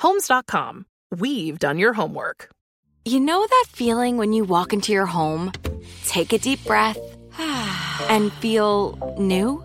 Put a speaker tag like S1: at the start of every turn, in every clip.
S1: Homes.com. We've done your homework.
S2: You know that feeling when you walk into your home, take a deep breath, and feel new?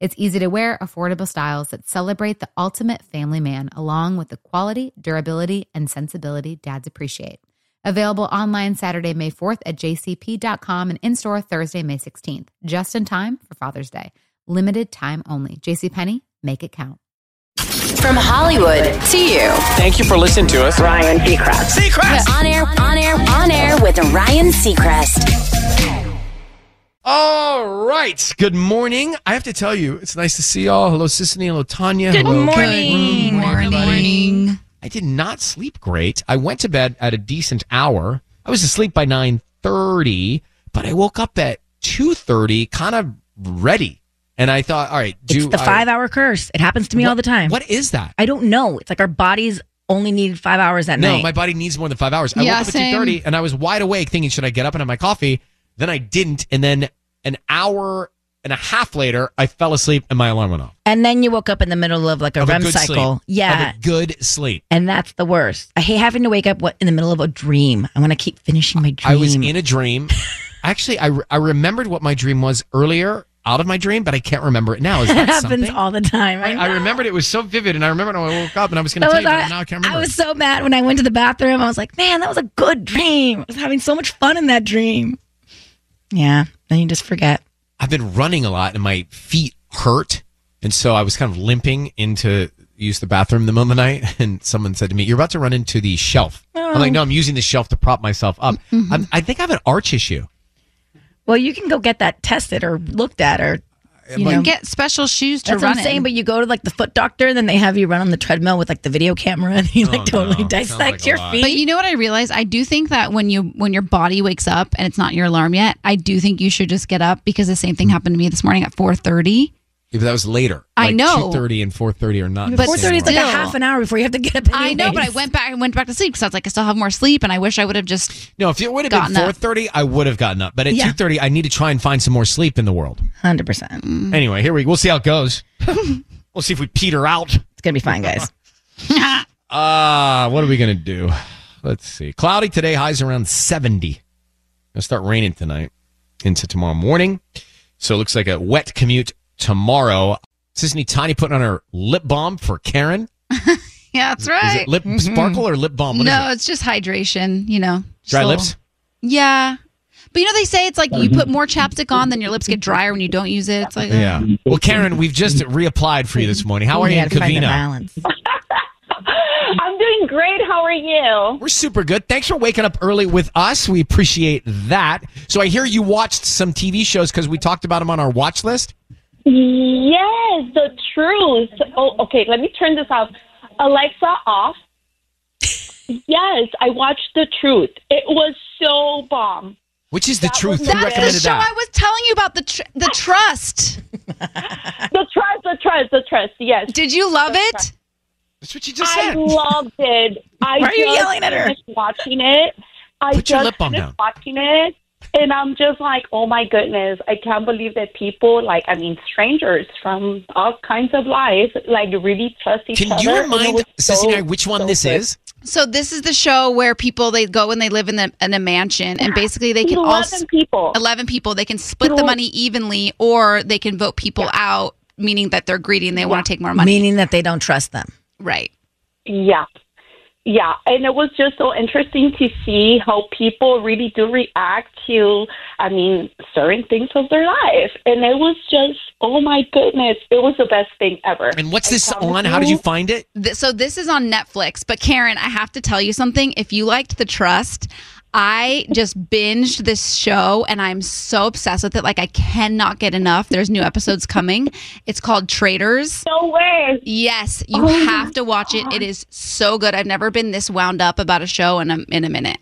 S3: It's easy to wear, affordable styles that celebrate the ultimate family man, along with the quality, durability, and sensibility dads appreciate. Available online Saturday, May 4th at jcp.com and in store Thursday, May 16th, just in time for Father's Day. Limited time only. JCPenney, make it count.
S4: From Hollywood to you.
S5: Thank you for listening to us.
S6: Ryan Seacrest.
S4: Seacrest. on air, on air, on air with Ryan Seacrest.
S5: All right. Good morning. I have to tell you, it's nice to see y'all. Hello, Sissany. Hello, Tanya.
S7: Good
S5: Hello.
S7: morning.
S5: morning. I did not sleep great. I went to bed at a decent hour. I was asleep by 9.30, but I woke up at 2.30 kind of ready. And I thought, all right. Do
S7: It's the
S5: I-
S7: five hour curse. It happens to me all the time.
S5: What is that?
S7: I don't know. It's like our bodies only needed five hours at
S5: No,
S7: night.
S5: my body needs more than five hours. I
S8: Yeah,
S5: woke up
S8: same.
S5: at 2.30 and I was wide awake thinking, should I get up and have my coffee? Then I didn't. And then an hour and a half later, I fell asleep and my alarm went off.
S7: and then you woke up in the middle of like a
S5: Of
S7: REM
S5: good
S7: cycle.
S5: sleep.
S7: Yeah.
S5: Of a good sleep.
S7: and that's the worst. I hate having to wake up what in the middle of a dream. I want to keep finishing my dream.
S5: I was in a dream. Actually, I, re- I remembered what my dream was earlier out of my dream, but I can't remember it now. Is
S7: That
S5: that
S7: happens
S5: something?
S7: all the time. I,
S5: I remembered it was so vivid, and I remembered when I woke up, and I was going to
S7: That
S5: tell
S7: was
S5: you, but
S7: our-
S5: now I can't
S7: I
S5: remember.
S7: was so mad when I went to the bathroom. I was like, man, that was a good dream. I was having so much fun in that dream. Yeah. Then you just forget.
S5: I've been running a lot, and my feet hurt, and so I was kind of limping into use the bathroom in the middle of the night, and someone said to me, "You're about to run into the shelf." I'm
S7: Oh.
S5: like, "No, I'm using the shelf to prop myself up.
S7: Mm-hmm.
S5: I'm, I think I have an arch issue."
S7: Well, you can go get that tested or looked at or you
S8: You
S7: know.
S8: can get special shoes to
S7: That's
S8: run
S7: what I'm saying,
S8: in.
S7: but you go to like the foot doctor, and then they have you run on the treadmill with like the video camera, and you like
S5: Oh,
S7: totally
S5: no. Sounds
S7: dissect
S5: like a
S7: your
S5: lot.
S7: feet.
S8: But you know what I realized? I do think that when you when your body wakes up and it's not your alarm yet, I do think you should just get up because the same thing
S5: Hmm.
S8: happened to me this morning at 4:30.
S5: If that was later,
S8: I know.
S5: two thirty and four thirty are not. the
S8: But
S5: same
S7: 4:30 is like a
S8: still-
S7: half an hour before you have to get up.
S8: I know, but I
S7: anyways.
S8: went back I went back to sleep because I was like, I still have more sleep, and I wish I would have just.
S5: No, if it would have been
S8: Gotten up.
S5: four thirty, I would have gotten up. But at
S7: Yeah.
S5: two thirty, I need to try and find some more sleep in the world. Mm.
S7: 100. percent It's
S5: Anyway, here we we'll see how it goes. we'll see if we peter out.
S7: gonna be fine, guys.
S5: Ah, what are we gonna do? Let's see. Cloudy today, highs around seventy. It'll start raining tonight into tomorrow morning. So it looks like a wet commute tomorrow. Sisney Tiny putting on her lip balm for Karen.
S8: Yeah, that's
S5: Is
S8: right. Mm-hmm.
S5: it lip sparkle or lip balm? What is
S8: no,
S5: it?
S8: it's just hydration. You know, just
S5: Dry
S8: a
S5: lips? Mm-hmm.
S8: Yeah, but you know they say it's like you put more chapstick on, then your lips get drier when you don't use it. It's like
S5: Yeah. Well, Karen, we've just reapplied for you this morning. How are
S7: You
S5: you in
S7: gotta find the
S5: Covina?
S7: balance.
S6: I'm doing great. How are you?
S5: We're super good. Thanks for waking up early with us. We appreciate that. So I hear you watched some TV shows because we talked about them on our watch list.
S6: Yes, the truth. Oh, okay. Let me turn this off. Alexa off. Yes, I watched The Truth. It was so bomb.
S5: Which is the truth? Who
S8: That's the
S5: recommended
S8: show
S5: that?
S8: I was telling you about the tr- the trust.
S6: The trust, the trust, the trust. Yes,
S8: Did you love it?
S5: That's what you just
S6: I
S5: said.
S6: loved it. I
S7: Why are you
S6: just
S7: yelling at her?
S6: finished Watching it, I
S5: Put
S6: just
S5: your lip balm
S6: finished
S5: down.
S6: watching it, and I'm just like, oh my goodness, I can't believe that people, like, I mean, strangers from all kinds of lives, like, really trust each
S5: Can
S6: other.
S5: you
S6: and it
S5: remind
S6: was
S5: Sissy
S6: so-
S5: and I which one
S6: so
S5: this
S6: good.
S5: is?
S8: So this is the show where people they go and they live in the in a mansion and basically they can all
S6: Eleven
S8: s-
S6: people.
S8: 11 people they can split the
S6: Little-
S8: money evenly or they can vote people out meaning that they're greedy and they want to take more money.
S7: Meaning that they don't trust them.
S8: right.
S6: Yeah. Yeah. And it was just so interesting to see how people really do react to, I mean, certain things of their life. And it was just, oh my goodness, it was the best thing ever. um,
S5: And what's
S6: I
S5: this
S6: promise
S5: on? How did you find it?
S8: Th- so this is on Netflix, but Karen, I have to tell you something. If you liked The Trust, I just binged this show and I'm so obsessed with it. Like I cannot get enough. There's new episodes coming. It's called Traders.
S6: No way. Oh
S8: Yes, you have to watch it. It is so good. I've never been this wound up about a show in a, in a minute.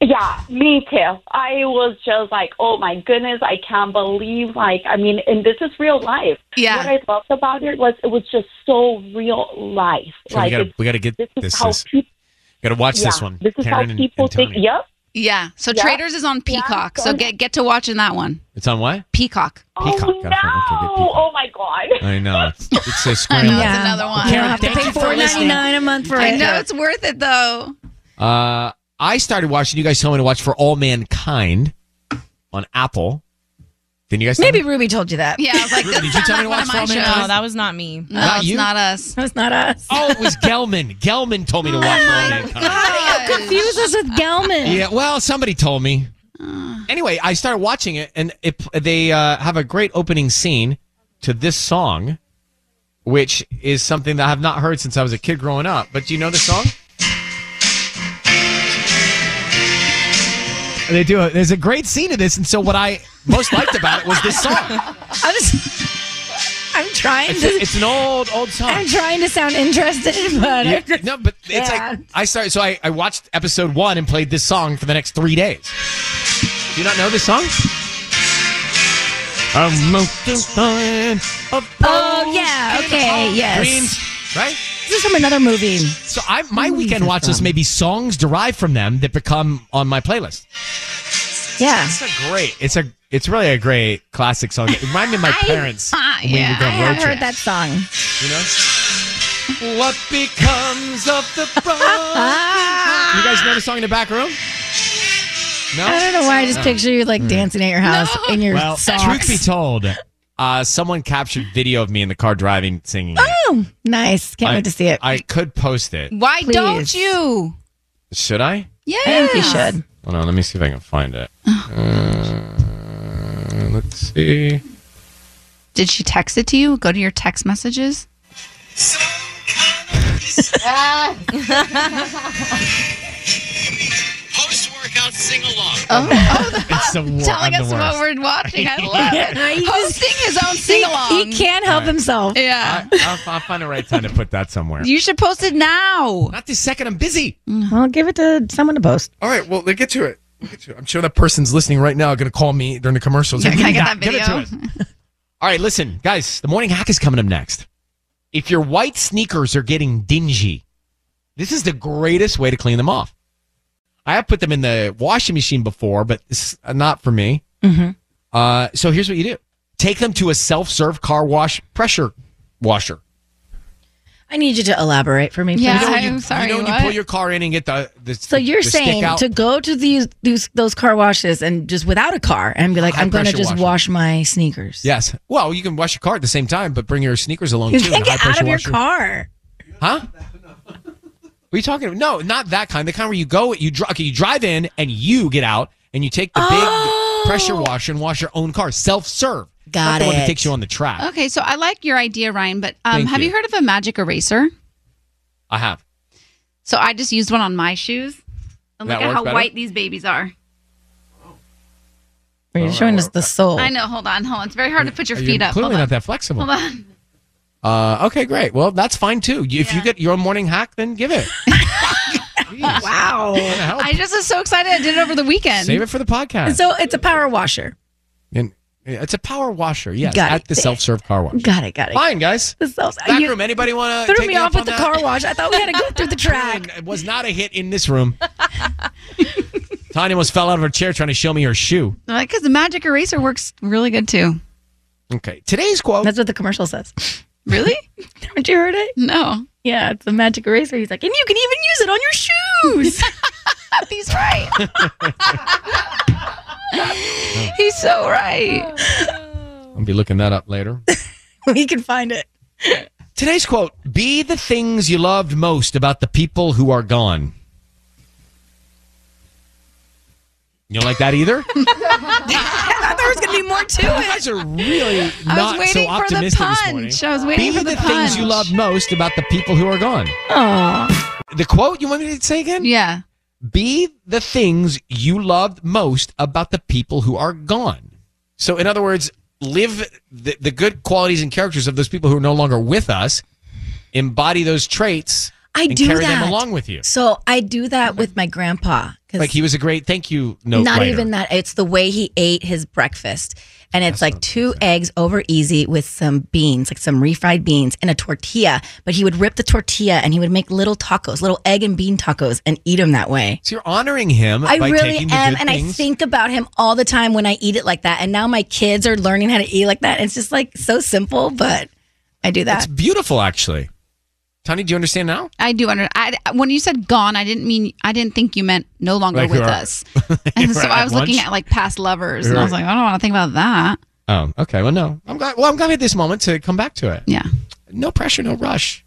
S6: Yeah, me too. I was just like, oh my goodness, I can't believe, like, I mean, and this is real life.
S8: Yeah.
S6: What I loved about it was it was just so real life.
S5: So we gotta
S6: it's-
S5: we gotta get
S6: this
S5: this.
S6: is
S5: This,
S6: how people,
S5: gotta watch
S6: yeah,
S5: this one.
S6: this is
S5: Karen
S6: how
S5: and-
S6: people
S5: and
S6: think.
S5: Tony.
S6: Yep.
S8: Yeah. So
S6: Yeah.
S8: Traders is on Peacock. so
S6: sorry.
S8: get get to watching that one.
S5: It's on what?
S8: Peacock.
S5: Peacock.
S6: Oh,
S5: Gotta
S6: no.
S5: find- okay, get Peacock.
S6: Oh, my God.
S5: I know. It's, it's a
S8: I know
S5: scramble.
S8: it's
S7: Yeah.
S8: another one.
S7: You don't have to
S5: thank
S7: pay
S5: you for
S7: four ninety
S5: listening.
S7: nine a month for
S8: I
S7: it.
S8: know it's worth it though.
S5: Uh, I started watching. You guys told me to watch For All Mankind on Apple. Then you guys tell
S7: Maybe
S5: me?
S7: Ruby told you that.
S8: Yeah, I was like,
S5: Ruby,
S8: this
S5: did you
S8: sounds
S5: tell me
S8: like
S5: to
S8: one of
S5: watch
S8: my
S5: Fall Man?
S8: shows.
S5: No,
S9: that was not me.
S8: No,
S5: Not
S8: it's
S5: you?
S8: not us.
S7: That's not us.
S5: Oh, it was Gelman. Gelman told me to watch For All Mankind.
S7: Confuse us with Gelman.
S5: Yeah, well, somebody told me.
S7: Ah.
S5: Anyway, I started watching it, and it, they uh, have a great opening scene to this song, which is something that I have not heard since I was a kid growing up. But do you know the song? They do it. There's a great scene to this, and so what I most liked about it was this song.
S7: I'm, just, I'm trying
S5: It's,
S7: to.
S5: it's an old, old song.
S7: I'm trying to sound interested, but
S5: Yeah, no, but it's like
S7: can't.
S5: I started. So I, I watched episode one and played this song for the next three days. Do you not know this song? I'm most defiant of
S7: Oh,
S5: those
S7: yeah,
S5: in
S7: okay,
S5: all
S7: yes.
S5: dreams, right.
S7: this is from another movie.
S5: So I my weekend watch list may be songs derived from them that become on my playlist.
S7: Yeah.
S5: It's a great. It's a. It's really a great classic song. It reminded me of my parents.
S8: ah,
S5: when we
S8: yeah,
S5: were
S7: I
S5: on road
S7: have
S5: trips,
S7: heard that song.
S5: You know. What becomes of the broken
S7: Ah,
S5: You guys know the song in the back room? No. Hmm.
S7: I don't know why I just picture you like dancing at your house in your
S5: Mm. well,
S7: socks.
S5: truth be told, uh, someone captured video of me in the car driving singing. it.
S7: Oh, nice. Can't
S5: I,
S7: wait to see it.
S5: I could post it.
S8: Why don't
S7: Please.
S8: you?
S5: Should I?
S8: Yeah.
S7: I think you should.
S5: Hold on. Let me see if I can find it.
S7: Oh.
S5: Uh, let's see.
S8: Did she text it to you? Go to your text messages.
S10: Ah.
S7: Oh.
S5: It's the war.
S8: Telling
S5: I'm
S8: us
S5: the
S8: what
S5: worst.
S8: we're watching. I love it. Hosting his own sing
S7: He,
S8: along.
S7: he can't help himself.
S8: Yeah.
S5: I, I'll, I'll find the right time to put that somewhere.
S8: You should post it now. Mm-hmm.
S5: Not this second. I'm busy.
S7: Well, give it to someone to post.
S5: All right. Well, get to it. Get to it. I'm sure that person's listening right now. Going to call me during the commercials.
S8: Can
S5: Give
S8: I
S5: me
S8: get that
S5: Ah, Give it to
S8: video?
S5: us. All right, listen, guys, the morning hack is coming up next. If your white sneakers are getting dingy, this is the greatest way to clean them off. I have put them in the washing machine before, but it's not for me.
S8: Mm-hmm.
S5: Uh, so here's what you do take them to a self serve car wash pressure washer.
S7: I need you to elaborate for me, please.
S8: Yeah.
S5: You know when you,
S8: I'm sorry,
S5: You know when you
S8: what?
S5: pull your car in and get the. the
S7: So you're
S5: the stick
S7: saying
S5: out?
S7: to go to these, these those car washes and just without a car and be like,
S5: High
S7: I'm going to
S5: pressure
S7: just
S5: washer.
S7: wash my sneakers.
S5: Yes. Well, you can wash your car at the same time, but bring your sneakers along
S7: You
S5: too.
S7: can't
S5: and a
S7: get out
S5: high-pressure
S7: of your
S5: washer.
S7: car.
S5: Huh? What are you talking about? No, not that kind. The kind where you go, you drive, okay, you drive in and you get out and you take the
S7: Oh.
S5: big pressure washer and wash your own car. Self serve.
S7: Got
S5: The one that
S7: it.
S5: takes you on the track.
S8: Okay, so I like your idea, Ryan, but um,
S5: Ah. Thank
S8: have you.
S5: you.
S8: heard of a magic eraser?
S5: I have.
S8: So I just used one on my shoes. And
S5: That
S8: look at
S5: works
S8: how
S5: better?
S8: white these babies are.
S7: You're
S5: Oh.
S7: showing us the soul.
S8: I know. Hold on. Hold on. It's very hard to put your
S5: You're
S8: feet up.
S5: clearly
S8: Hold on.
S5: not that flexible.
S8: Hold on.
S5: Uh, okay, great. Well, that's fine too. You- If you get your morning hack, then give it.
S7: Wow.
S5: Help.
S8: I just was so excited. I did it over the weekend.
S5: Save it for the podcast.
S7: So it's a power washer.
S5: and it's a power washer. Yes,
S7: Got
S5: at
S7: it.
S5: the self serve car wash.
S7: Got it. Got it.
S5: Fine, guys.
S7: The soul.
S5: Back
S7: You
S5: room. Anybody want to
S7: threw me off with the car wash. I thought we had to go through the track.
S5: It was not a hit in this room. Tanya almost fell out of her chair trying to show me her shoe.
S8: Because the magic eraser works really good too.
S5: Okay, today's quote.
S7: That's what the commercial says.
S8: Really?
S7: Haven't you heard it?
S8: No.
S7: Yeah, it's the magic eraser. He's like, and you can even use it on your shoes.
S8: He's right. He's so right.
S5: I'll be looking that up later.
S7: we can find it.
S5: Today's quote Be the things you loved most about the people who are gone. You don't like that either? you
S8: I thought there was going to be more to it.
S5: guys are really
S8: I was
S5: not so
S8: waiting for the
S5: optimistic this morning.
S8: punch. I was
S5: Be
S8: waiting for
S5: the,
S8: the punch.
S5: things you loved most about the people who are gone.
S7: Oh,
S5: The quote you want me to say again?
S8: Yeah.
S5: Be the things you loved most about the people who are gone. So, in other words, live the, the good qualities and characters of those people who are no longer with us, embody those traits,
S7: I
S5: and
S7: do
S5: carry
S7: that.
S5: them along with you.
S7: So I do that with my grandpa because
S5: Like he was a great thank you note.
S7: not
S5: writer.
S7: even that. It's the way he ate his breakfast, and it's like two eggs over easy with some beans, like some refried beans, and a tortilla. But he would rip the tortilla and he would make little tacos, little egg and bean tacos, and eat them that way.
S5: So you're honoring him.
S7: I
S5: by
S7: really
S5: taking the
S7: am,
S5: good
S7: and I
S5: things.
S7: think about him all the time when I eat it like that. And now my kids are learning how to eat like that. It's just like so simple, but I do
S5: it's
S7: that.
S5: beautiful, actually. Tony, do you understand now?
S8: I do under. I, when you said gone, I didn't mean. I didn't think you meant no longer
S5: Like
S8: with
S5: you're-
S8: us. And so
S5: Right,
S8: I was
S5: at
S8: looking
S5: lunch?
S8: at like past lovers, and I was
S5: Right.
S8: like, I don't want to think about that.
S5: Oh, okay. Well, no. I'm glad. Well, I'm glad we had this moment to come back to it.
S8: Yeah.
S5: No pressure, no rush.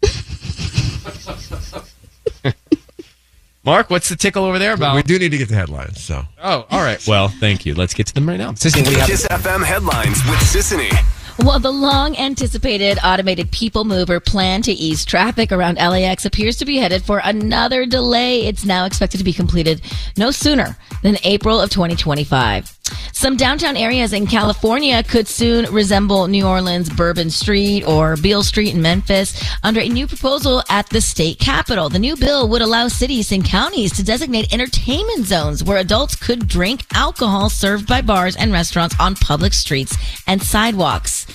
S5: Mark, what's the tickle over there
S9: We
S5: about?
S9: do need to get the headlines. So
S5: Oh, all right. Well, thank you. Let's get to them right now. Sissy, what do you have?
S11: Kiss FM headlines with Sissany.
S12: Well, the long anticipated automated people mover plan to ease traffic around LAX appears to be headed for another delay. It's now expected to be completed no sooner than April of 2025. Some downtown areas in California could soon resemble New Orleans Bourbon Street or Beale Street in Memphis under a new proposal at the state capitol. The new bill would allow cities and counties to designate entertainment zones where adults could drink alcohol served by bars and restaurants on public streets and sidewalks.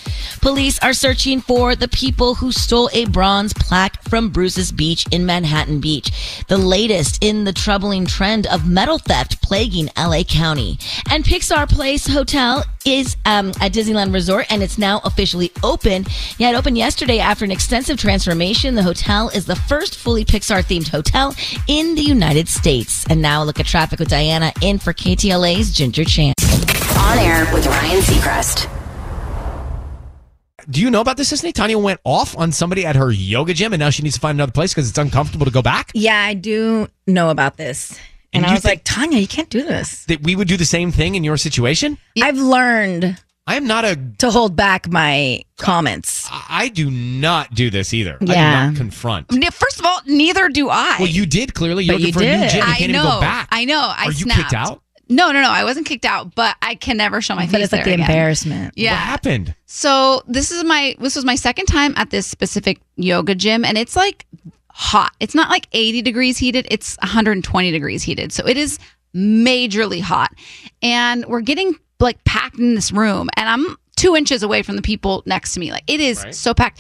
S12: Police are searching for the people who stole a bronze plaque from Bruce's Beach in Manhattan Beach, the latest in the troubling trend of metal theft plaguing LA County. And Pixar Place Hotel is um, at Disneyland Resort and it's now officially open. Yeah, it opened yesterday after an extensive transformation. The hotel is the first fully Pixar themed hotel in the United States. And now a look at traffic with Diana in for KTLA's Ginger Chan.
S4: On air with Ryan Seacrest.
S5: Do you know about this, Sissy? Tanya went off on somebody at her yoga gym, and now she needs to find another place because it's uncomfortable to go back.
S7: Yeah, I do know about this.
S5: And
S7: And, I
S5: you
S7: was like, Tanya, you can't do this.
S5: That we would do the same thing in your situation.
S7: I've learned
S5: I am not a.
S7: to hold back my comments.
S5: I I do not do this either. I
S7: Yeah.
S5: do not confront.
S8: Ne- First of all, neither do I.
S5: Well, you did clearly. You're
S7: But
S5: looking
S7: you
S5: for a new
S7: did.
S5: gym. You
S8: I
S5: can't
S8: know.
S5: even go back.
S8: I know. I
S5: Are you
S8: snapped.
S5: kicked out?
S8: No, no, no. I wasn't kicked out, but I can never show my face
S7: But it's like
S8: there
S7: the
S8: again.
S7: embarrassment.
S8: Yeah.
S5: What happened?
S8: So this is my this was my second time at this specific yoga gym, and it's like hot. It's not like 80 degrees heated; it's 120 degrees heated. So it is majorly hot, and we're getting like packed in this room, and I'm two inches away from the people next to me. Like it is
S5: Right.
S8: so packed,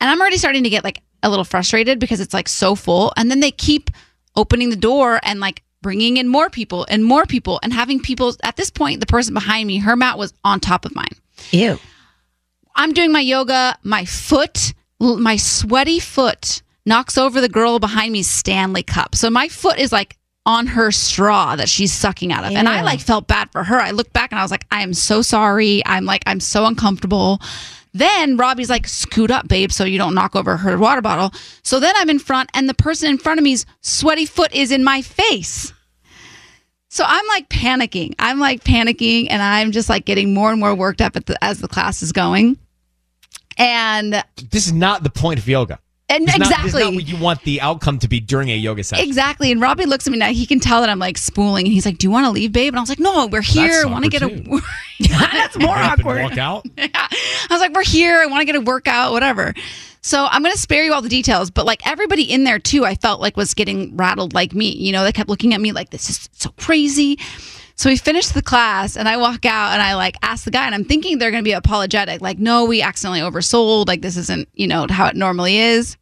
S8: and I'm already starting to get like a little frustrated because it's like so full, and then they keep opening the door and like bringing in more people and more people and having people at this point the person behind me her mat was on top of mine
S7: Ew.
S8: I'm doing my yoga. My foot, l- my sweaty foot, knocks over the girl behind me's Stanley cup. So my foot is like on her straw that she's sucking out of. And I
S7: Ew.
S8: like felt bad for her. I looked back and I was like, I am so sorry. I'm like, I'm so uncomfortable. Then Robbie's like, scoot up, babe, so you don't knock over her water bottle. So then I'm in front, and the person in front of me's sweaty foot is in my face. So I'm like panicking. I'm like panicking and I'm just like getting more and more worked up at the, as the class is going. And
S5: This is not the point of yoga.
S8: And
S5: It's not- it's
S8: exactly.
S5: not what you want the outcome to be during a yoga session.
S8: Exactly. And Robbie looks at me now. He can tell that I'm like spooling. And he's like, Do you want to leave, babe? And I was like, No, we're here. I want to get a.
S5: That's more awkward. Walk out.
S8: I was like, we're here. I want to get a workout, whatever. So I'm going to spare you all the details, but like everybody in there too, I felt like was getting rattled like me. You know, they kept looking at me like, this is so crazy. So we finished the class and I walk out and I like ask the guy and I'm thinking they're going to be apologetic. Like, no, we accidentally oversold. Like, this isn't, you know, how it normally is.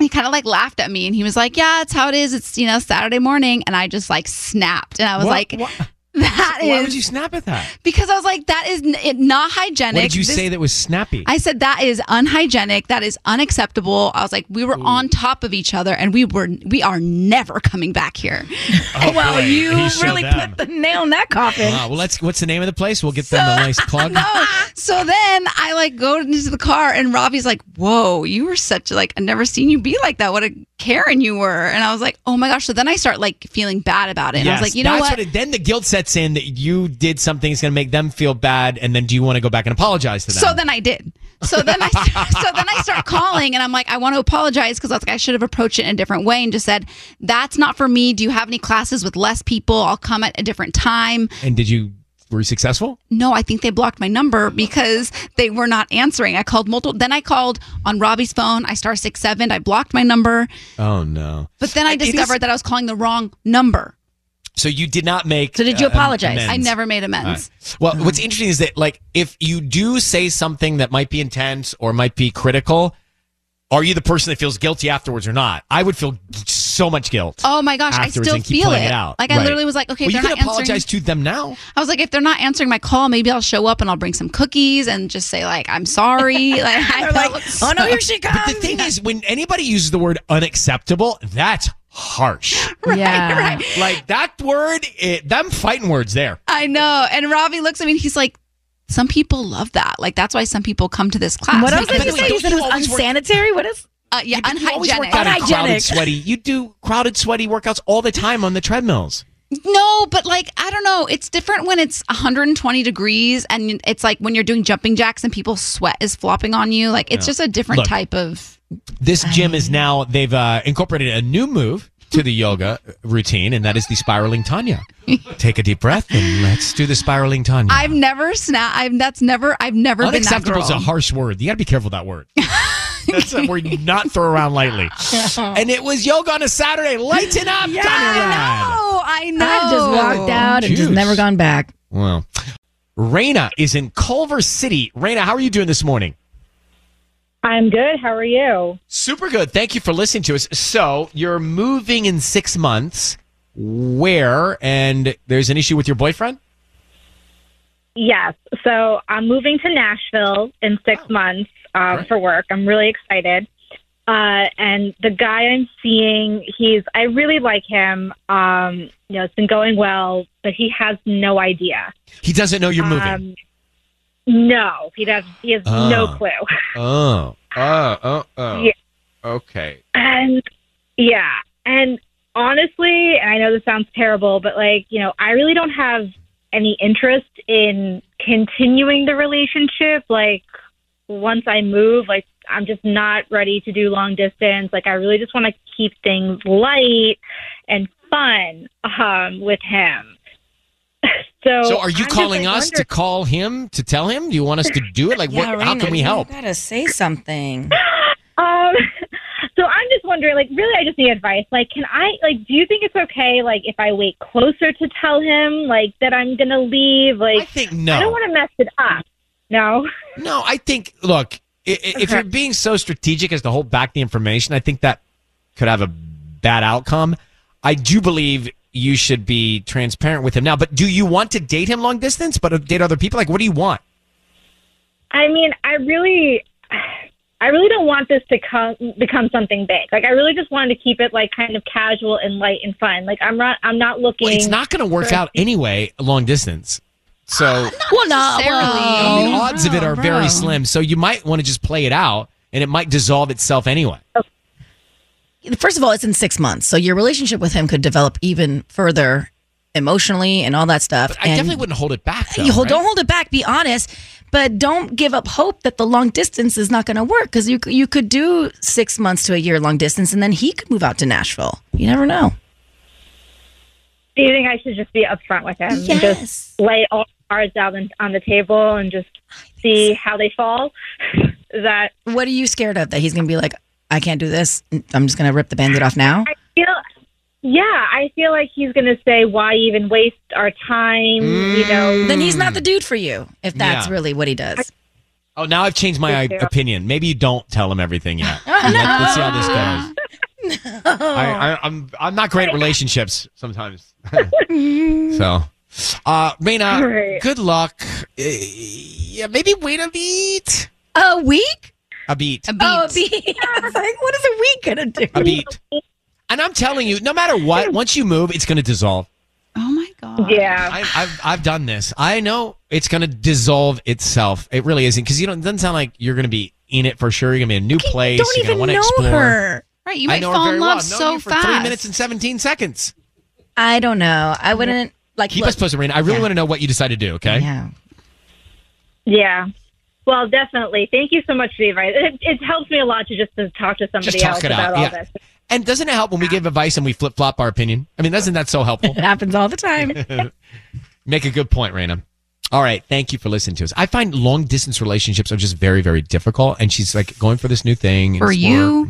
S8: He kind of like laughed at me and he was like, yeah, it's how it is. It's, you know, Saturday morning. And I just like snapped and I was
S5: What-
S8: like,
S5: what-
S8: that is
S5: Why would you snap at that?
S8: because I was like, that is n- it- not hygienic.
S5: What did you
S8: This-
S5: say that was snappy?
S8: I said that is unhygienic. That is unacceptable. I was like, we were on top of each other, and we were we are never coming back here.
S5: well, you
S8: really
S5: put
S8: the nail in that coffin.
S5: Wow, Uh, well, let's. What's the name of the place? We'll get them a nice plug.
S8: so then I like go into the car, and Robbie's like, "Whoa, you were such like I've never seen you be like that. What a Karen you were!" And I was like, "Oh my gosh!" So then I start like feeling bad about it. And I
S5: Yes,
S8: was like, "You know
S5: that's
S8: what?
S5: it- then the guilt sets in that you did something that's going to make them feel bad, and then do you want to go back and apologize to them?
S8: So then I did. So then I so then I start calling and I'm like, I want to apologize because I was like, I should have approached it in a different way and just said, that's not for me. Do you have any classes with less people? I'll come at a different time.
S5: and did you were you successful?
S8: No, I think they blocked my number because they were not answering. I called multiple. Then I called on Robbie's phone. I star six seven. I blocked my number,
S5: Oh no!
S8: but then I
S5: It is-
S8: discovered that I was calling the wrong number.
S5: So you did not make. uh, um, amends.
S8: I never made
S5: All
S8: amends.
S5: right. Well, what's interesting is that like if you do say something that might be intense or might be critical, are you the person that feels guilty afterwards or not? I would feel g- so much guilt.
S8: Oh my gosh, I
S5: afterwards
S8: still
S5: and keep
S8: feel
S5: playing
S8: it.
S5: out.
S8: Like I
S5: Right.
S8: literally was like, okay,
S5: Well, you
S8: they're
S5: can
S8: not
S5: apologize
S8: answering.
S5: to them now.
S8: I was like, if they're not answering my call, maybe I'll show up and I'll bring some cookies and just say like, I'm sorry. Like, oh, I felt
S5: "Oh,
S8: so-
S5: But the thing is, when anybody uses the word unacceptable, that's harsh.
S8: Right, Yeah. right.
S5: Like that word, it, them fighting words there.
S8: I know. And Robbie looks at me and he's like, some people love that. Like that's why some people come to this class.
S13: What else
S8: Because
S13: did you
S8: it's
S13: say?
S8: like-
S13: You said it was unsanitary. What is?
S8: Uh, yeah,
S5: Always
S8: unhygienic.
S5: work out in crowded, sweaty. You do crowded, sweaty workouts all the time on the treadmills.
S8: No, but like I don't know. It's different when it's 120 degrees and it's like when you're doing jumping jacks and people's sweat is flopping on you. Like it's
S5: Yeah.
S8: just a different
S5: Look.
S8: type of.
S5: This gym is now they've uh, incorporated a new move to the yoga uh, routine, and that is the spiraling Tanya. Take a deep breath and let's do the spiraling Tanya.
S8: I've never snap. I've that's never. I've never been that
S5: Unacceptable
S8: girl.
S5: is a harsh word. You got to be careful with that word. That's a word you not throw around lightly. and it was yoga on a Saturday. Lighten up, Tanya. Rad.
S8: Oh, I know.
S13: I've just walked out and just
S5: Juice.
S13: never gone back.
S5: Wow. Raina is in Culver City. Raina, how are you doing this morning?
S10: I'm good. How are you?
S5: Super good. Thank you for listening to us. So you're moving in six months. Where? And there's an issue with your boyfriend?
S10: Yes. So I'm moving to Nashville in six
S5: Oh.
S10: months um, for work. I'm really excited. Uh, and the guy I'm seeing, he's, I really like him. Um, you know, it's been going well, but he has no idea.
S5: He doesn't know you're moving.
S10: Um, no, he does. He has
S5: Ah.
S10: no clue.
S5: oh. Oh. Oh. Oh.
S10: Yeah.
S5: Okay.
S10: And yeah, and honestly, and I know this sounds terrible, but like, you know, I really don't have any interest in continuing the relationship. Like, once I move, like, I'm just not ready to do long distance. Like, I really just want to keep things light and fun um, with him. So,
S5: So are you
S10: I'm just,
S5: calling
S10: like,
S5: us to call him to tell him? Do you want us to do it? Like,
S7: Yeah,
S5: what, how
S7: Raina,
S5: can we
S7: you
S5: help?
S7: gotta say something.
S10: Um, so I'm just wondering, like, really, I just need advice. Like, can I, like, do you think it's okay, like, if I wait closer to tell him, like, that I'm gonna leave? Like, I
S5: think no.
S10: I don't want to mess it up. No.
S5: No, I think. Look, i- i- if
S10: Okay.
S5: you're being so strategic as to hold back the information, I think that could have a bad outcome. I do believe you should be transparent with him now. But do you want to date him long distance, but date other people? Like, what do you want?
S10: I mean, I really, I really don't want this to come become something big. Like, I really just wanted to keep it like kind of casual and light and fun. Like, I'm not, I'm not looking.
S5: Well, it's not going to work
S10: for-
S5: out anyway, long distance. So
S13: Well, not
S10: Ah,
S5: the odds
S7: Oh,
S5: of it are very slim. So you might want to just play it out, and it might dissolve itself anyway.
S7: First of all, it's in six months, so your relationship with him could develop even further emotionally and all that stuff.
S5: I
S7: And-
S5: definitely wouldn't hold it back. Though,
S7: you hold,
S5: right?
S7: Don't hold it back. Be honest, but don't give up hope that the long distance is not going to work because you c- you could do six months to a year long distance, and then he could move out to Nashville. You never know.
S9: Do you think I should just be upfront with him? and Just lay all cards out on, on the table and just see how they fall. Is that
S7: what are you scared of? That he's going to be like, I can't do this. I'm just going to rip the bandit off now.
S9: I feel, yeah, I feel like he's going to say, "Why even waste our time?" You know,
S7: then he's not the dude for you. If that's
S5: Mm. Yeah.
S7: really what he does.
S5: Oh, now I've changed my
S7: Thank you.
S5: opinion. Maybe you don't tell him everything yet.
S7: Oh,
S5: Let-
S7: no.
S5: Let's see how this goes.
S8: Oh.
S5: I, I, I'm I'm not great at relationships sometimes. so,
S8: Mm.
S5: uh, Raina,
S14: Right.
S5: good luck. Uh, yeah, maybe wait a beat.
S7: A week?
S5: A beat.
S7: A beat. Oh, a beat. I was like, what is a week going to do?
S5: A beat. And I'm telling you, no matter what, once you move, it's going to dissolve.
S8: Oh my god.
S9: Yeah.
S5: I, I've I've done this. I know it's going to dissolve itself. It really isn't because you don't. It doesn't sound like you're going to be in it for sure. You're going to be in a new place.
S8: don't even
S5: you're going to want to
S8: know
S5: explore.
S7: her.
S8: Right, you
S5: I
S8: might
S5: know her
S8: fall
S5: very
S8: in
S5: well.
S8: love
S5: I've known
S8: so
S5: you for
S8: fast.
S5: Three minutes and seventeen seconds.
S7: I don't know. I wouldn't like.
S5: Keep
S7: look,
S5: us posted, Raina. I really
S7: Yeah.
S5: want to know what you decide to do. Okay.
S7: Yeah.
S9: yeah. Well, definitely. Thank you so much for the advice. It, it helps me a lot to just to talk to somebody
S5: Just talk
S9: else
S5: it out,
S9: about all
S5: yeah.
S9: this.
S5: And doesn't it help when we give advice and we flip flop our opinion? I mean, isn't that so helpful?
S7: It happens all the time.
S5: Make a good point, Raina. All right. Thank you for listening to us. I find long distance relationships are just very, very difficult. And she's like going for this new thing. and
S8: For
S5: it's
S8: you?
S5: work.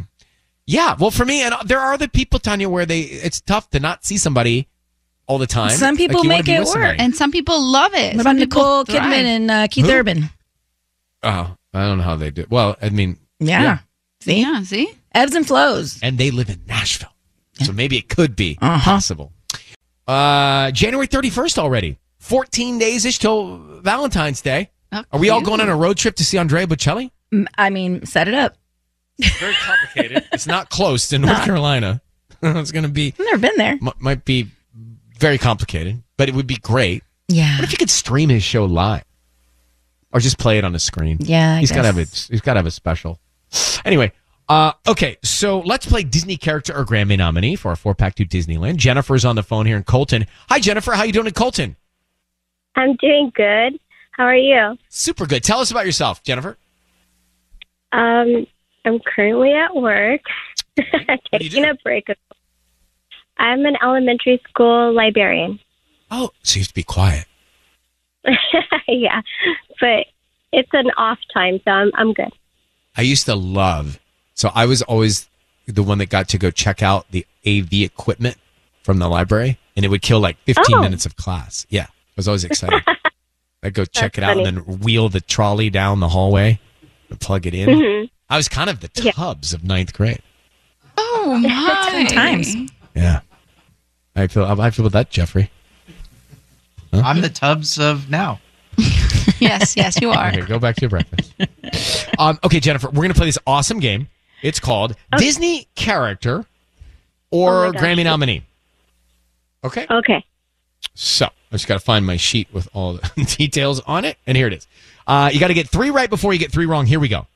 S5: Yeah. Well, for me, and there are other people, Tanya, where they it's tough to not see somebody all the time.
S7: Some people
S5: Like, you wanna
S7: make
S5: be
S7: it
S5: with somebody.
S8: and some people love it.
S7: What about
S8: Some people
S7: Nicole
S8: thrive.
S7: Kidman and uh, Keith
S5: Who?
S7: Urban?
S5: Oh, I don't know how they do. Well, I mean,
S7: Yeah. See? Yeah,
S8: see?
S7: Ebbs and flows.
S5: and they live in Nashville. So maybe it could be
S7: Uh-huh.
S5: possible. Uh, January 31st already. 14 days ish till Valentine's Day.
S8: Oh,
S5: Are we all
S8: cute.
S5: going on a road trip to see Andrea Bocelli?
S7: M- I mean, set it up.
S5: Very complicated. it's not close to North Carolina. it's going to be,
S7: I've never been there.
S5: m- might be very complicated, but it would be great.
S7: Yeah.
S5: What if you could stream his show live or just play it on a screen?
S7: Yeah, I
S5: he's got to
S7: guess.
S5: have a, he's got to have a special. Anyway, uh, okay, so let's play Disney character or Grammy nominee for our four pack to Disneyland. Jennifer's on the phone here in Colton. Hi, Jennifer. How you doing in Colton?
S15: I'm doing good. How are you?
S5: Super good. Tell us about yourself, Jennifer.
S15: Um, I'm currently at work, taking a break. I'm an elementary school librarian.
S5: Oh, so you have to be quiet.
S15: yeah, but it's an off time, so I'm I'm good.
S5: I used to love. So I was always the one that got to go check out the AV equipment from the library, and it would kill like 15
S15: Oh.
S5: minutes of class. Yeah, I was always excited. I'd go check it out
S15: funny.
S5: and then wheel the trolley down the hallway and plug it in.
S8: Mm-hmm.
S7: Mm-hmm.
S15: Mhm.
S5: I was kind of the tubs of ninth grade.
S8: Oh my.
S7: times.
S5: Yeah, I feel I feel about that, Jeffrey.
S16: I'm the tubs of now.
S8: Yes, yes, you are.
S5: Okay, go back to your breakfast. um, okay, Jennifer, we're gonna play this awesome game. It's called Disney character or
S15: Oh my gosh.
S5: Grammy nominee. Okay.
S15: Okay.
S5: So I just got to find my sheet with all the details on it. And here it is. Uh, you got to get three right before you get three wrong. Here we go.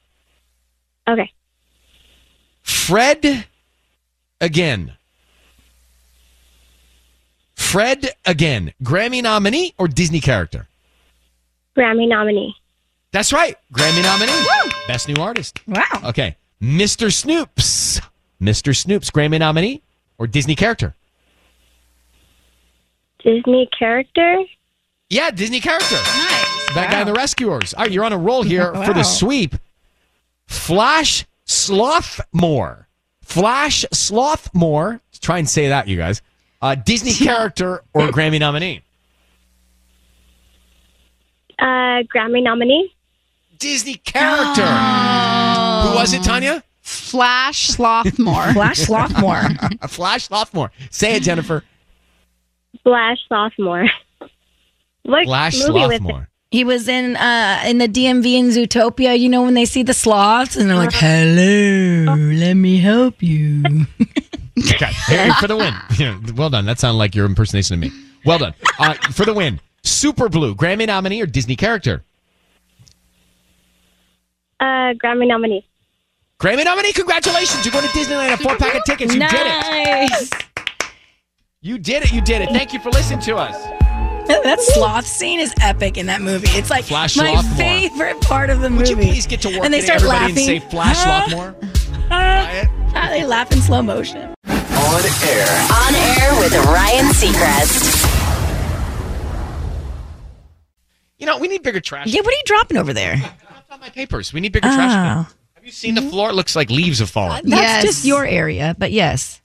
S15: Okay.
S5: Fred again. Fred again. Grammy nominee or Disney character?
S15: Grammy nominee.
S5: That's right. Grammy nominee. Best new artist.
S7: Wow.
S5: Okay. Mr. Snoops. Mr. Snoops, Grammy nominee or Disney character?
S15: Disney character.
S5: Yeah, Disney character. Nice. That guy in the Rescuers. All right, you're on a roll here for
S15: Wow.
S5: the sweep. Flash Slothmore. Flash Slothmore. Try and say that, you guys. Uh, Disney character or Grammy nominee?
S15: Uh, Grammy nominee.
S5: Disney character. Who was it, Tanya?
S8: Flash Slothmore.
S7: Flash Slothmore.
S5: Flash Slothmore. Say it, Jennifer.
S15: Flash sophomore. What
S5: Flash
S15: movie was it?
S5: Slothmore.
S7: He was in uh, in the DMV in Zootopia. You know when they see the sloths and they're like,
S15: Uh-huh.
S7: "Hello, let me help you."
S5: Okay, Hey, for the win. Yeah, well done. That sounded like your impersonation of me. Well done. Uh, for the win. Super Blue, Grammy nominee or Disney character?
S15: Uh, Grammy nominee.
S5: Grammy nominee, congratulations. You're going to Disneyland, a four pack of tickets. You did it.
S7: nice.
S5: You did it. You did it. Thank you for listening to us.
S7: That sloth scene is epic in that movie. It's like
S5: Flash
S7: my
S5: Slothmore.
S7: favorite part of the movie.
S5: you please get to work
S7: And they
S5: today,
S7: start
S5: everybody, and
S7: laughing.
S5: say, "Flash
S7: Huh?
S5: Slothmore?"
S7: Huh? Huh? they laugh in slow motion.
S11: On air.
S4: On air with Ryan Seacrest.
S5: You know, we need bigger trash.
S7: Yeah, what are you dropping over there?
S5: My papers. We need bigger trash.
S7: Oh.
S8: Ah.
S5: Can. Have you seen the
S8: Mm-hmm.
S5: floor? It looks like leaves have fallen.
S7: That's just your area, but yes.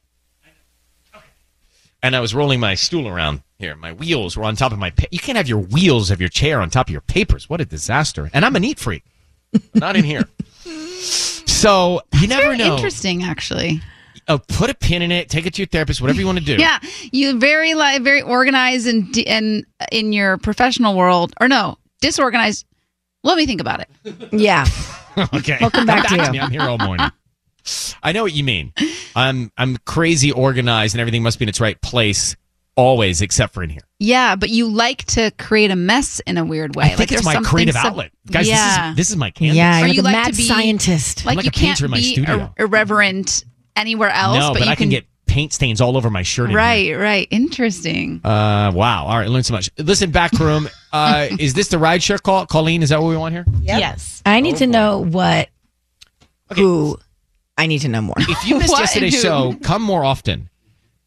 S5: And I was rolling my stool around here. My wheels were on top of my. Pa- you can't have your wheels of your chair on top of your papers. What a disaster! And I'm a neat freak. Not in here. So you never
S8: Very
S5: know.
S8: interesting, actually.
S5: Oh, put a pin in it. Take it to your therapist. Whatever you want to do.
S8: Yeah, you very like very organized and d- and in your professional world, or no, disorganized. Let me think about it.
S7: Yeah.
S5: okay.
S8: Welcome back
S5: Come
S8: to you.
S5: me. I'm here all morning. I know what you mean. I'm I'm crazy organized and everything must be in its right place always, except for in here.
S8: Yeah, but you like to create a mess in a weird way.
S5: I think
S8: like
S5: it's
S8: there's
S5: my
S8: something
S5: creative
S8: sub-
S5: outlet, guys.
S8: Yeah.
S5: This is this is my canvas.
S7: Yeah,
S8: Or
S7: you're like
S8: you
S7: a
S8: like
S7: mad
S8: to be-
S7: scientist.
S8: Like,
S5: like
S8: you
S5: a painter
S8: can't
S5: in my
S8: be
S5: studio.
S8: ir- irreverent anywhere else,
S5: no, but,
S8: you
S5: I can, get paint stains all over my shirt. in here.
S8: right, right. Interesting.
S5: Uh, wow. All right, learned so much. Listen, back room. Uh, is this the rideshare call, Colleen? Is that what we want here?
S7: Yes. I need to
S5: Oh,
S7: know what who I need to know more.
S5: If you missed yesterday's show, come more often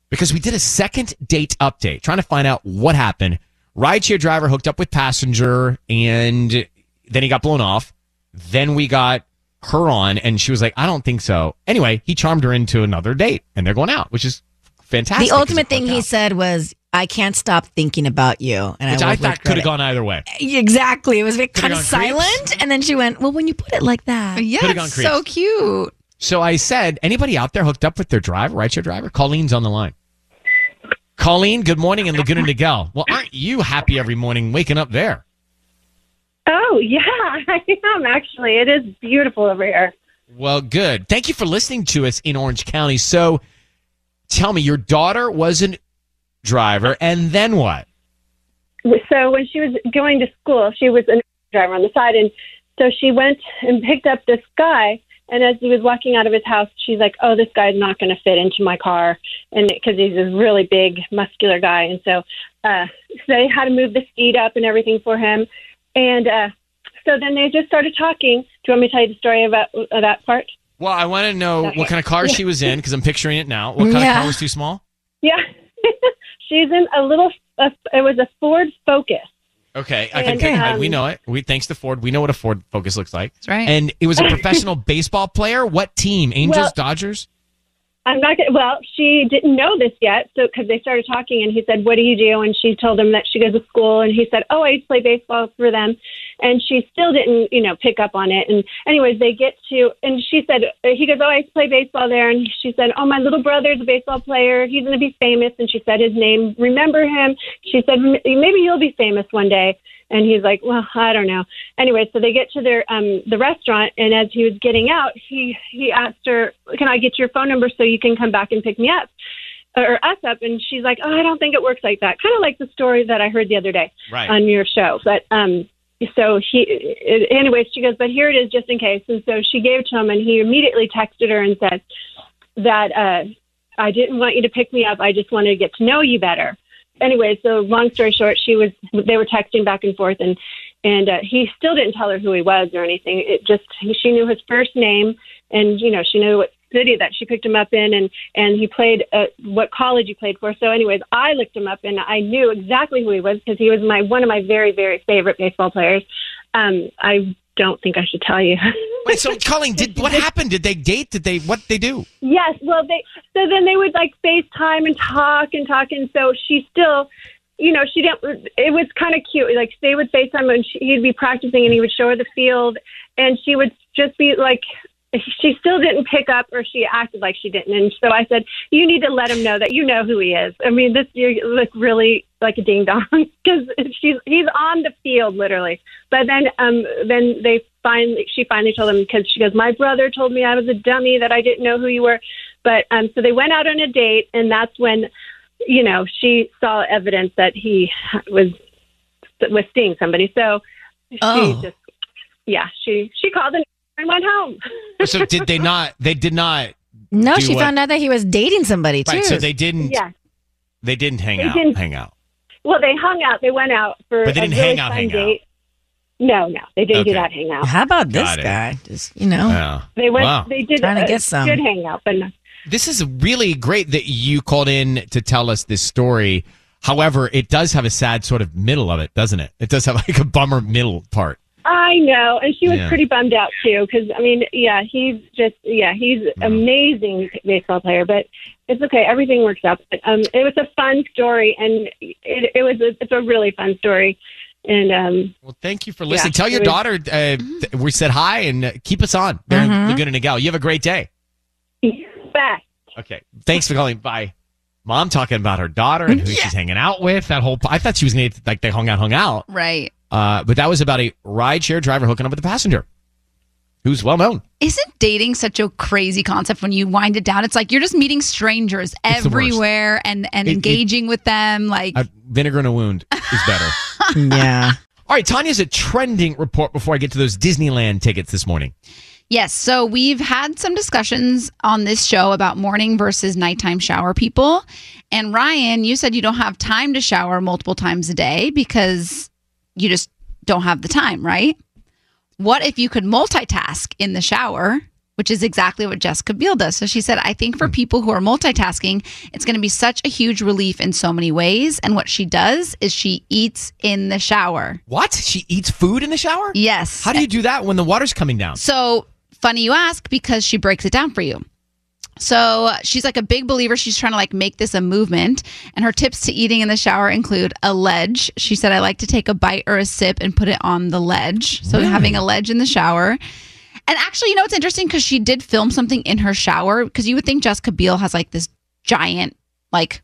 S5: because we did a second date update trying to find out what happened. Rideshare driver hooked up with passenger and then he got blown off. Then we got her on and she was like, I don't think so. Anyway, he charmed her into another date and they're going out, which is fantastic.
S7: the ultimate thing he said was, I can't stop thinking about you. And
S5: which
S7: I,
S5: I,
S7: will
S5: thought
S7: regret
S5: could have
S7: it."
S5: gone either way.
S7: Exactly. It was like,
S5: Could've
S7: kind of
S5: gone creeps.
S7: silent. And then she went, Well, when you put it like that.
S8: Yeah,
S5: Could've gone
S8: it's so
S5: creeps.
S8: cute.
S5: So I said, anybody out there hooked up with their driver, rideshare driver? Colleen's on the line. Colleen, good morning in Laguna Niguel. Well, aren't you happy every morning waking up there?
S9: Oh, yeah, I am actually. It is beautiful over here.
S5: Well, good. Thank you for listening to us in Orange County. So tell me, your daughter was a driver, and then what?
S9: So when she was going to school, she was a driver on the side, and so she went and picked up this guy. And as he was walking out of his house, she's like, "Oh, this guy's not going to fit into my car," and because he's a really big, muscular guy, and so uh, so they had to move the seat up and everything for him. And uh, so then they just started talking. Do you want me to tell you the story about uh, that part?
S5: Well, I want to know what kind of car she was in because I'm picturing it now. What kind
S9: Yeah.
S5: of car was too small?
S9: Yeah, she's in a little. Uh, it was a Ford Focus.
S5: Okay, I can.
S9: And,
S5: pic- I- we
S9: um,
S5: know it. We thanks to Ford, we know what a Ford Focus looks like. That's
S9: right.
S5: And it was a professional baseball player. What team? Angels,
S9: Well-
S5: Dodgers.
S9: I'm not gonna. Well, she didn't know this yet, so because they started talking, and he said, "What do you do?" And she told him that she goes to school, and he said, "Oh, I used to play baseball for them," and she still didn't, you know, pick up on it. And anyways, they get to, and she said, "He goes, oh, I used to play baseball there," and she said, "Oh, my little brother's a baseball player. He's gonna be famous." And she said his name. Remember him? She said, "M- "Maybe you'll be famous one day." And he's like, well, I don't know. Anyway, so they get to their um, the restaurant, and as he was getting out, he he asked her, "Can I get your phone number so you can come back and pick me up or us up?" And she's like, "Oh, I don't think it works like that." Kind of like the story that I heard the other day
S14: Right.
S9: on your show. But um, so he, anyway, she goes, "But here it is, just in case." And so she gave it to him, and he immediately texted her and said that uh, I didn't want you to pick me up. I just wanted to get to know you better anyway, so long story short, she was they were texting back and forth, and and uh, he still didn't tell her who he was or anything. It just he, she knew his first name, and you know she knew what city that she picked him up in, and and he played uh, what college he played for. So, anyways, I looked him up, and I knew exactly who he was because he was my one of my very very favorite baseball players. Um, I don't think I should tell you.
S5: Wait, so Colleen, did what happened? Did they date? Did they what they do?
S9: Yes. Well, they so then they would like FaceTime and talk and talk, and so she still, you know, she didn't. It was kind of cute. Like they would FaceTime, and she, he'd be practicing, and he would show her the field, and she would just be like. She still didn't pick up, or she acted like she didn't, and so I said, "You need to let him know that you know who he is." I mean, this you look really like a ding dong because she's he's on the field literally. But then, um, then they finally she finally told him because she goes, "My brother told me I was a dummy that I didn't know who you were." But um, so they went out on a date, and that's when, you know, she saw evidence that he was was seeing somebody. So
S5: Oh.
S9: she just, yeah, she she called him and went home.
S5: So did they not? They did not.
S7: No,
S5: do
S7: she
S5: what-
S7: found out that he was dating somebody too.
S5: Right, so they didn't. They didn't hang
S15: They
S5: out.
S15: didn't-
S5: Hang out.
S15: Well, they hung out. They went out for
S5: But they
S15: a
S5: didn't
S15: really
S5: hang out,
S15: fun
S5: hang out.
S15: date. No, no, they didn't do
S5: Okay.
S15: that hangout.
S7: How about this
S5: Got it.
S7: guy? Just you know,
S5: Yeah.
S15: They went.
S5: Wow.
S15: They did.
S7: Trying to
S15: uh,
S7: get some.
S15: Did hang out, but no.
S5: This is really great that you called in to tell us this story. However, it does have a sad sort of middle of it, doesn't it? It does have like a bummer middle part.
S15: I know, and she was
S5: Yeah.
S15: pretty bummed out too. Because I mean, yeah, he's just yeah, he's amazing baseball player, but it's okay. Everything works out. But um, it was a fun story, and it, it was a, it's a really fun story. And um,
S5: well, thank you for
S15: listening.
S5: Listen, tell your daughter uh, th- we said hi and uh, keep us on. They're in
S7: Mm-hmm.
S15: Mhm.
S5: Laguna Niguel. You have a great day.
S15: Back.
S5: Okay. Thanks for calling. Bye. Mom talking about her daughter and who she's hanging out with. That whole. I thought she was gonna like they hung out, hung out.
S8: Right.
S5: Uh, but that was about a rideshare driver hooking up with a passenger, who's well known.
S8: Isn't dating such a crazy concept when you wind it down? It's like you're just meeting strangers
S5: It's the worst.
S8: everywhere and, and
S5: It- it-
S8: engaging with them. Like,
S5: A Uh, vinegar in a wound is better.
S7: yeah.
S5: All right, Tanya's a trending report before I get to those Disneyland tickets this morning.
S8: Yes. So we've had some discussions on this show about morning versus nighttime shower people. And Ryan, you said you don't have time to shower multiple times a day because you just don't have the time, right? What if you could multitask in the shower? Which is exactly what Jessica Biel does. So she said, I think for people who are multitasking, it's going to be such a huge relief in so many ways. And what she does is she eats in the shower.
S5: What? She eats food in the shower?
S8: Yes.
S5: How do you do that when the water's coming down?
S8: So funny you ask because she breaks it down for you. So she's like a big believer. She's trying to like make this a movement. And her tips to eating in the shower include a ledge. She said, I like to take a bite or a sip and put it on the ledge. So having a ledge in the shower. And actually, you know, it's interesting because she did film something in her shower because you would think Jessica Biel has like this giant, like,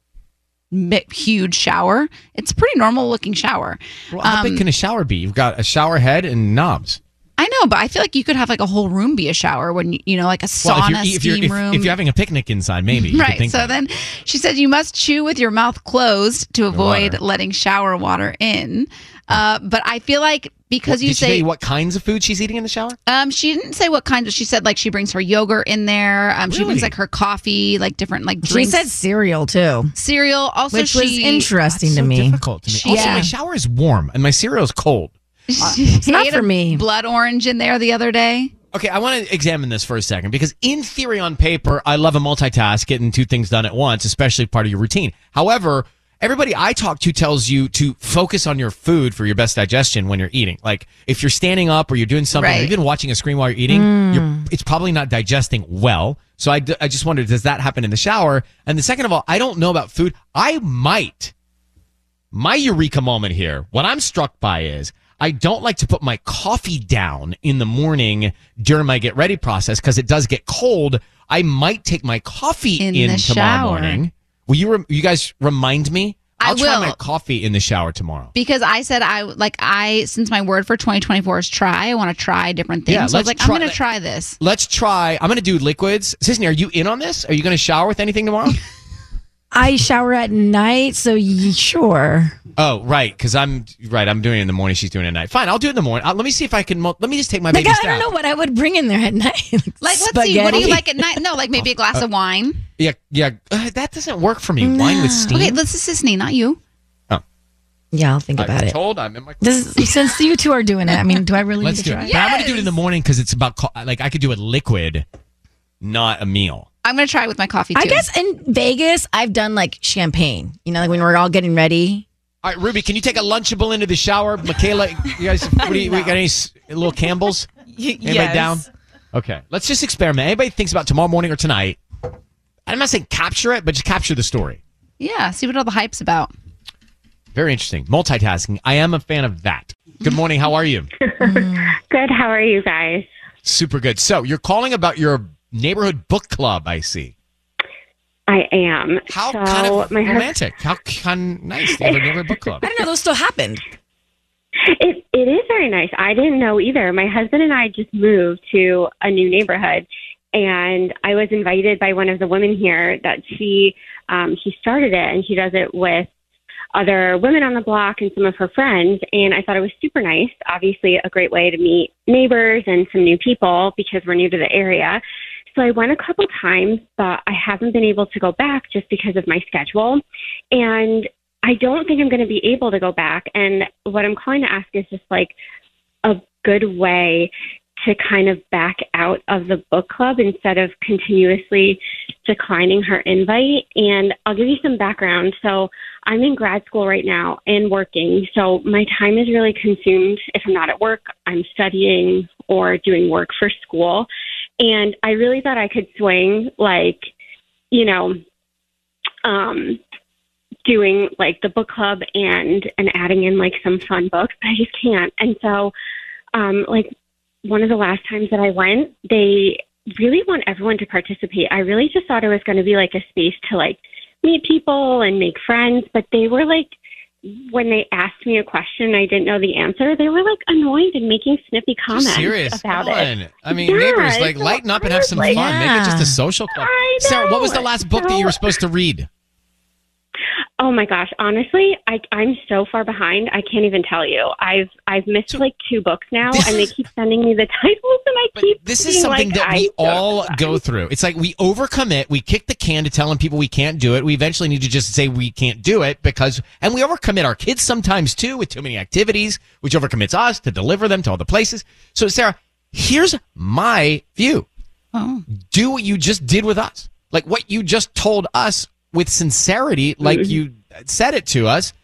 S8: mi- huge shower. It's a pretty normal looking shower.
S5: Well, how
S8: Um,
S5: big can a shower be? You've got a shower head and knobs.
S8: I know, but I feel like you could have like a whole room be a shower when you, you know, like a sauna,
S5: if you're, e, if, you're,
S8: steam
S5: if,
S8: room.
S5: if you're having a picnic inside, maybe. You could
S8: right.
S5: think
S8: So
S5: that.
S8: then she said you must chew with your mouth closed to avoid letting shower water in. Uh, but I feel like because
S5: What-
S8: you
S5: did she
S8: say
S5: tell you what kinds of food she's eating in the shower?
S8: um, she didn't say what kind of. She said like she brings her yogurt in there. Um, she brings
S7: Really?
S8: like her coffee, like different like
S7: She
S8: drinks.
S7: said cereal too,
S8: cereal. Also,
S7: which
S8: she
S7: was interesting to
S5: so
S7: me.
S5: difficult to me. Also, my shower is warm and my cereal is cold.
S8: it's
S7: not for me.
S8: Blood orange in there the other day.
S5: Okay, I want to examine this for a second because, in theory, on paper, I love a multitask, getting two things done at once, especially part of your routine. However, everybody I talk to tells you to focus on your food for your best digestion when you're eating. Like, if you're standing up or you're doing something, or
S8: Right.
S5: even watching a screen while you're eating,
S8: Mm.
S5: you're, it's probably not digesting well. So, I, d- I just wondered, does that happen in the shower? And the second of all, I don't know about food. I might my eureka moment here, what I'm struck by is I don't like to put my coffee down in the morning during my get ready process because it does get cold. I might take my coffee in,
S8: In the
S5: tomorrow
S8: shower.
S5: morning. Will you rem- you guys remind me?
S8: I
S5: I'll try my
S8: will.
S5: coffee in the shower tomorrow.
S8: Because I said I like I since my word for 2024 is try. I want to try different things.
S5: Yeah,
S8: so I was
S5: let's
S8: like,
S5: try-
S8: I'm going to try this.
S5: Let's try. I'm going to do liquids. Sisney, are you in on this? Are you going to shower with anything tomorrow?
S7: I shower at night, so y- sure.
S5: oh, right. Because I'm right. I'm doing it in the morning. She's doing it at night. Fine. I'll do it in the morning. Uh let me see if I can. Mo- let me just take my
S7: Like
S5: baby
S7: I,
S5: step.
S7: I don't know what I would bring in there at night. like
S8: Like, let's
S7: spaghetti.
S8: see. What do you like at night? No, like maybe a
S5: Uh,
S8: glass of wine.
S5: Yeah, yeah. Uh, that doesn't work for me. Wine with steam.
S8: Okay, this is Sisney, not you.
S7: Yeah, I'll think
S5: I
S7: about
S5: was
S7: it.
S5: told I'm in my-
S7: Does, since you two are doing it, I mean, do I really
S5: Let's
S7: need
S5: do
S7: to
S5: it.
S7: try?
S5: But I'm gonna do it in the morning because it's about co- like I could do it liquid, not a meal.
S8: I'm going to try it with my coffee too.
S7: I guess in Vegas, I've done like champagne. You know, like when we're all getting ready.
S5: All right, Ruby, can you take a lunchable into the shower, Michaela? You guys, what do you, we got any s- little Campbells? Anybody
S7: yes.
S5: down? Okay, let's just experiment. Anybody thinks about tomorrow morning or tonight? I'm not saying capture it, but just capture the story.
S8: Yeah, see what all the hype's about.
S5: Very interesting. Multitasking. I am a fan of that. Good morning. How are you?
S14: Good. How are you guys?
S5: Super good. So you're calling about your neighborhood book club. I see.
S14: I am.
S5: How
S14: so
S5: kind of
S14: my hus-
S5: romantic. How kind nice. They have a neighborhood book club.
S7: I don't know. Those still happened.
S14: It, it is very nice. I didn't know either. My husband and I just moved to a new neighborhood, and I was invited by one of the women here that she um, she started it, and she does it with other women on the block and some of her friends. And I thought it was super nice. Obviously, a great way to meet neighbors and some new people because we're new to the area. So I went a couple times, but I haven't been able to go back just because of my schedule. And I don't think I'm going to be able to go back. And what I'm calling to ask is just like a good way to kind of back out of the book club instead of continuously declining her invite. And I'll give you some background. So I'm in grad school right now and working. So my time is really consumed. If I'm not at work, I'm studying or doing work for school. And I really thought I could swing like, you know, um, doing like the book club and and adding in like some fun books, but I just can't. And so, um, like one of the last times that I went, they really want everyone to participate. I really just thought it was going to be like a space to like meet people and make friends, but they were like when they asked me a question I didn't know the answer, they were like annoyed and making snippy comments
S5: serious?
S14: about
S5: Come
S14: it.
S5: on. I mean, neighbors, like, lighten up and have some fun. Make it just a social club.
S14: I
S5: Sarah, what was the
S14: know.
S5: last book that you were supposed to read?
S14: Oh my gosh, honestly, I I'm so far behind. I can't even tell you. I've I've missed like two books now and they keep sending me the titles and I keep
S5: This is something that we all go through. It's like we overcommit, we kick the can to telling people we can't do it. We eventually need to just say we can't do it because, and we overcommit our kids sometimes too with too many activities, which overcommits us to deliver them to all the places. So, Sarah, here's my view. Do what you just did with us. Like what you just told us with sincerity, like you said it to us.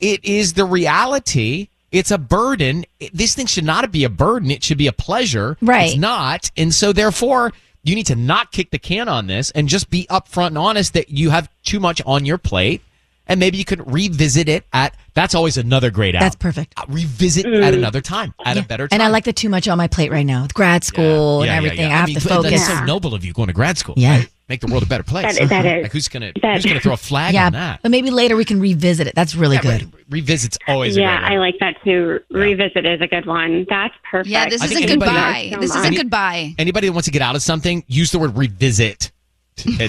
S5: It is the reality. It's a burden. It- This thing should not be a burden. It should be a pleasure. Right. It's not. And so, therefore, you need to not kick the can on this and just be upfront and honest that you have too much on your plate. And maybe you could revisit it at that's always another great out.
S7: That's perfect.
S5: Uh, Revisit at another time, at a better time.
S7: And I like the too much on my plate right now with grad school and everything. I have
S5: mean,
S7: to
S5: but
S7: focus.
S5: That's so noble of you going to grad school.
S7: Yeah.
S5: right? Make the world a better place.
S7: That- that is-
S5: Like who's gonna
S7: That-
S5: who's gonna throw a flag
S7: yeah,
S5: on that?
S7: but maybe later we can revisit it. That's really
S5: Yeah,
S7: good.
S5: but Revisits always. a
S14: Yeah,
S5: great
S14: I like that too. Revisit is a good one. That's perfect.
S8: Yeah, this
S5: I
S8: is
S5: think
S8: a
S5: anybody-
S8: goodbye. This is a
S5: Any-
S8: goodbye.
S5: Anybody that wants to get out of something, use the word revisit.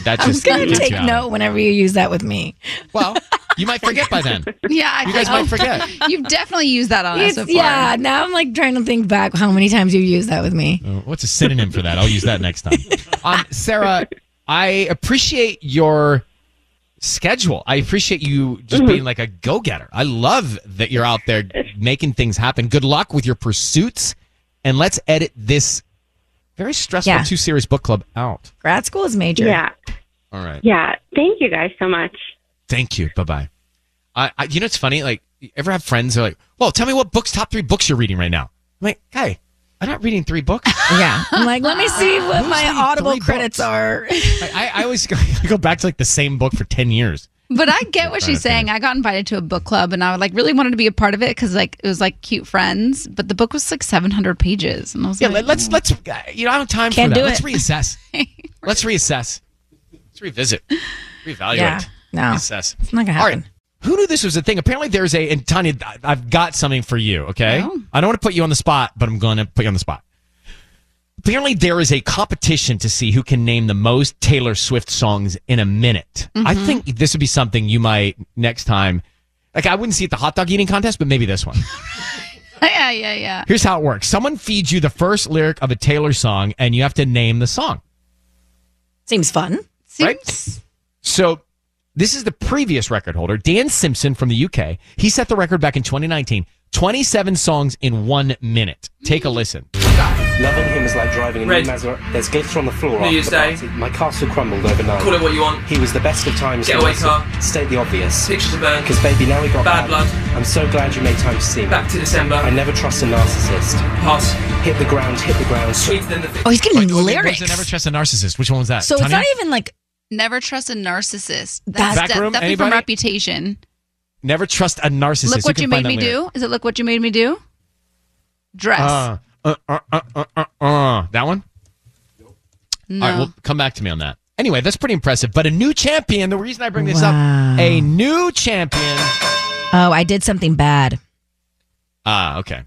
S5: That
S7: I'm
S5: just
S7: gonna
S5: gets
S7: take
S5: you out of
S7: note whenever you use that with me.
S5: Well, you might forget by then.
S8: Yeah, I
S5: You guys might forget.
S8: You've definitely used that on us
S7: It's-
S8: so far.
S7: yeah, now I'm like trying to think back how many times you used that with me.
S5: Uh, What's a synonym for that? I'll use that next time. Um, Sarah, I appreciate your schedule. I appreciate you just
S7: Mm-hmm.
S5: being like a go getter. I love that you're out there making things happen. Good luck with your pursuits, and let's edit this very stressful
S7: Yeah.
S5: two series book club out.
S7: Grad school is major.
S5: Yeah. All right.
S14: Yeah. Thank you guys so much.
S5: Thank you. Bye bye. I, I, you know, it's funny. Like, you ever have friends that are like, well, tell me what books, top three books you're reading right now? I'm like, hey, I'm not reading three books.
S7: Yeah. I'm like, let me see what my audible credits are.
S5: Like, I, I always go, I go back to like the same book for 10 years.
S8: But I get what she's saying. I got invited to a book club, and I like really wanted to be a part of it because like it was like cute friends. But the book was like 700 pages, and I was
S5: Yeah,
S8: like, "Oh."
S5: let- let's let's you know I don't have time
S8: Can't
S5: for that.
S8: do
S5: Let's
S8: it.
S5: reassess. Let's reassess. Let's revisit. Reevaluate.
S8: Yeah.
S7: No.
S5: Assess.
S7: It's not gonna
S5: All right. Who knew this was a thing? Apparently, there's a and Tanya. I- I've got something for you. Okay. I don't want to put you on the spot, but I'm going to put you on the spot. Apparently, there is a competition to see who can name the most Taylor Swift songs in a minute. I
S7: Mm-hmm.
S17: Mhm.
S5: think this would be something you might next time. Like, I wouldn't see it at the hot dog eating contest, but maybe this one.
S8: yeah, yeah, yeah.
S5: Here's how it works someone feeds you the first lyric of a Taylor song, and you have to name the song.
S7: Seems fun.
S5: Right? So, this is the previous record holder, Dan Simpson from the UK. He set the record back in 2019 27 songs in one minute. Take a listen.
S18: Loving him is like driving a
S5: Red.
S18: new Maserati. There's glitter on the floor
S5: New
S18: after
S5: Year's
S18: the party. My castle crumbled overnight.
S5: Call it what
S18: you want. He was the best of times.
S5: Getaway car.
S18: Stay the obvious. Pictures to burn. Because baby, now we got bad, blood. I'm so glad you made time to see me. Back to December. I never trust a narcissist. Pass. Hit the ground. Hit the ground. Sweet than the.
S7: Oh, he's giving me
S5: What was
S7: lyrics.
S5: it, Never Trust a Narcissist? Which one was that?
S8: So it's
S5: Tanya?
S8: not
S7: even like
S8: never trust a narcissist.
S5: That's-
S8: That's
S5: Back
S8: de-
S5: room,
S8: definitely
S5: anybody?
S8: from Reputation.
S5: Never Trust a Narcissist.
S8: Look what you,
S5: can
S8: made
S5: find
S8: me
S5: that
S8: do.
S5: lyric.
S8: Is it look what you made me do? Dress.
S5: Uh, uh, uh, uh, uh, uh, uh. That one?
S8: no.
S5: All right, well, come back to me on that. Anyway, that's pretty impressive. But a new champion, the reason I bring this
S7: Wow.
S5: up, a new champion.
S7: Oh, I did something bad.
S5: Ah, okay.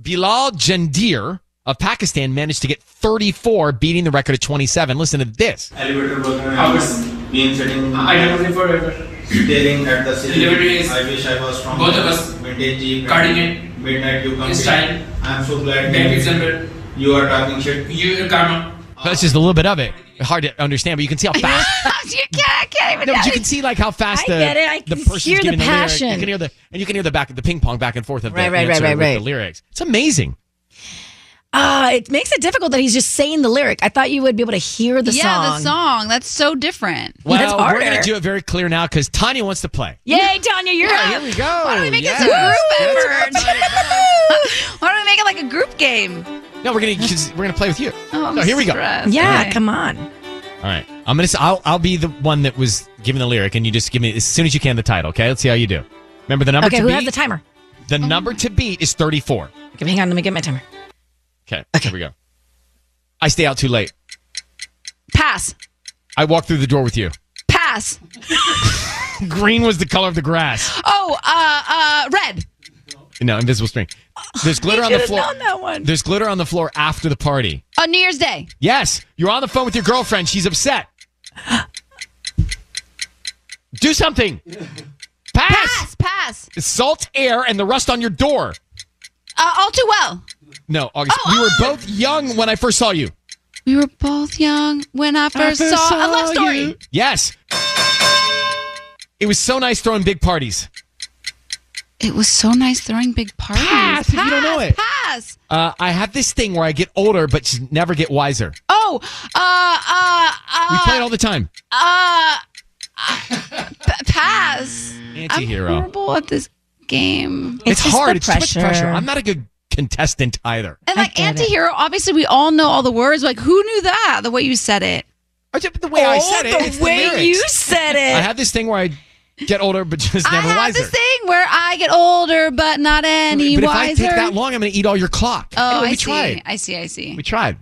S5: Bilal Jandir of Pakistan managed to get 34, beating the record of 27. Listen to this.
S19: Elevator worker.
S20: I was-
S19: being sitting.
S20: I don't prefer ever.
S19: Staring at the ceiling.
S20: Elevator is-
S19: I wish I was from
S20: both of us
S19: Vintage Jeep.
S20: guarding
S19: it. Midnight you come.
S20: in
S19: here.
S20: style.
S19: I'm so glad.
S20: Thank
S19: you
S20: you,
S19: made it.
S20: General.
S19: You are talking shit.
S20: You, Karma.
S5: That's just a little bit of it. Hard to understand, but you can see how fast.
S8: you can't, I can't even.
S5: No, but
S8: tell
S5: you can see like how fast the,
S8: I get it. I
S5: the
S8: can
S5: person's
S8: hear the
S5: giving lyric.
S8: passion.
S5: You can hear the and you can hear the back of the ping pong back and forth of the
S7: Right, right, right,
S5: answer
S7: right,
S5: with
S7: right.
S5: the lyrics. It's amazing.
S7: Ah, it makes it difficult that he's just saying the lyric. I thought you would be able to hear the
S8: yeah,
S7: song.
S8: the song. That's so different.
S5: Well, we're gonna do it very clear now because Tanya wants to play.
S8: Yay, Tanya, you're
S5: Yeah,
S8: up.
S5: here we go.
S8: Why don't we make this
S5: Yes,
S8: a group
S5: that's
S8: effort? Why don't we make it like a group game?
S5: No, we're gonna 'cause we're gonna play with you.
S8: Oh, I'm
S5: so here we go.
S8: stressed. Okay.
S7: on.
S5: All right, I'm gonna. s- I'll I'll be the one that was given the lyric, and you just give me as soon as you can the title. Okay, let's see how you do. Remember the number.
S7: okay,
S5: to
S7: who
S5: beat,
S7: has the timer?
S5: The number to beat is 34.
S7: Okay, hang on, let me get my timer.
S5: Okay, here we go. I stay out too late.
S8: Pass.
S5: I walk through the door with you.
S8: Pass.
S5: Green was the color of the grass.
S8: Oh, uh, uh, red.
S5: No, invisible string. There's glitter
S8: You
S5: on the
S8: should've
S5: floor.
S8: known that one.
S5: There's glitter on the floor after the party.
S8: On New Year's Day.
S5: Yes, you're on the phone with your girlfriend. She's upset. Do something. Pass.
S8: Pass. Pass.
S5: Salt air and the rust on your door.
S8: Uh, all too well.
S5: No, August.
S8: Oh,
S5: we were both young when I first saw you.
S8: We were both young when I first,
S5: first
S8: saw, a
S5: saw
S8: love story.
S5: Oh, you. Yes. It was so nice throwing big parties.
S8: It was so nice throwing big parties.
S5: Pass, if you don't know
S8: Pass,
S5: it.
S8: Pass.
S5: Uh, I have this thing where I get older but just never get wiser.
S8: Oh, uh, uh,
S5: We
S8: uh,
S5: play it all the time.
S8: uh, uh, p- pass.
S5: Anti-hero.
S8: I'm horrible at this game.
S5: It's, hard. It's too much pressure. I'm not a good contestant either.
S8: And like anti-hero, obviously we all know all the words. Like who knew that? The way you said it.
S5: Oh, The way I said it. it's lyrics. I have this thing where I get older but just never
S8: I have
S5: wiser.
S8: this thing where I get older, but not any
S5: but if I
S8: wiser.
S5: take that long, I'm going to eat all your clock.
S8: oh, I
S5: Anyway, we
S8: see.
S5: tried.
S8: I see. I see.
S5: We tried.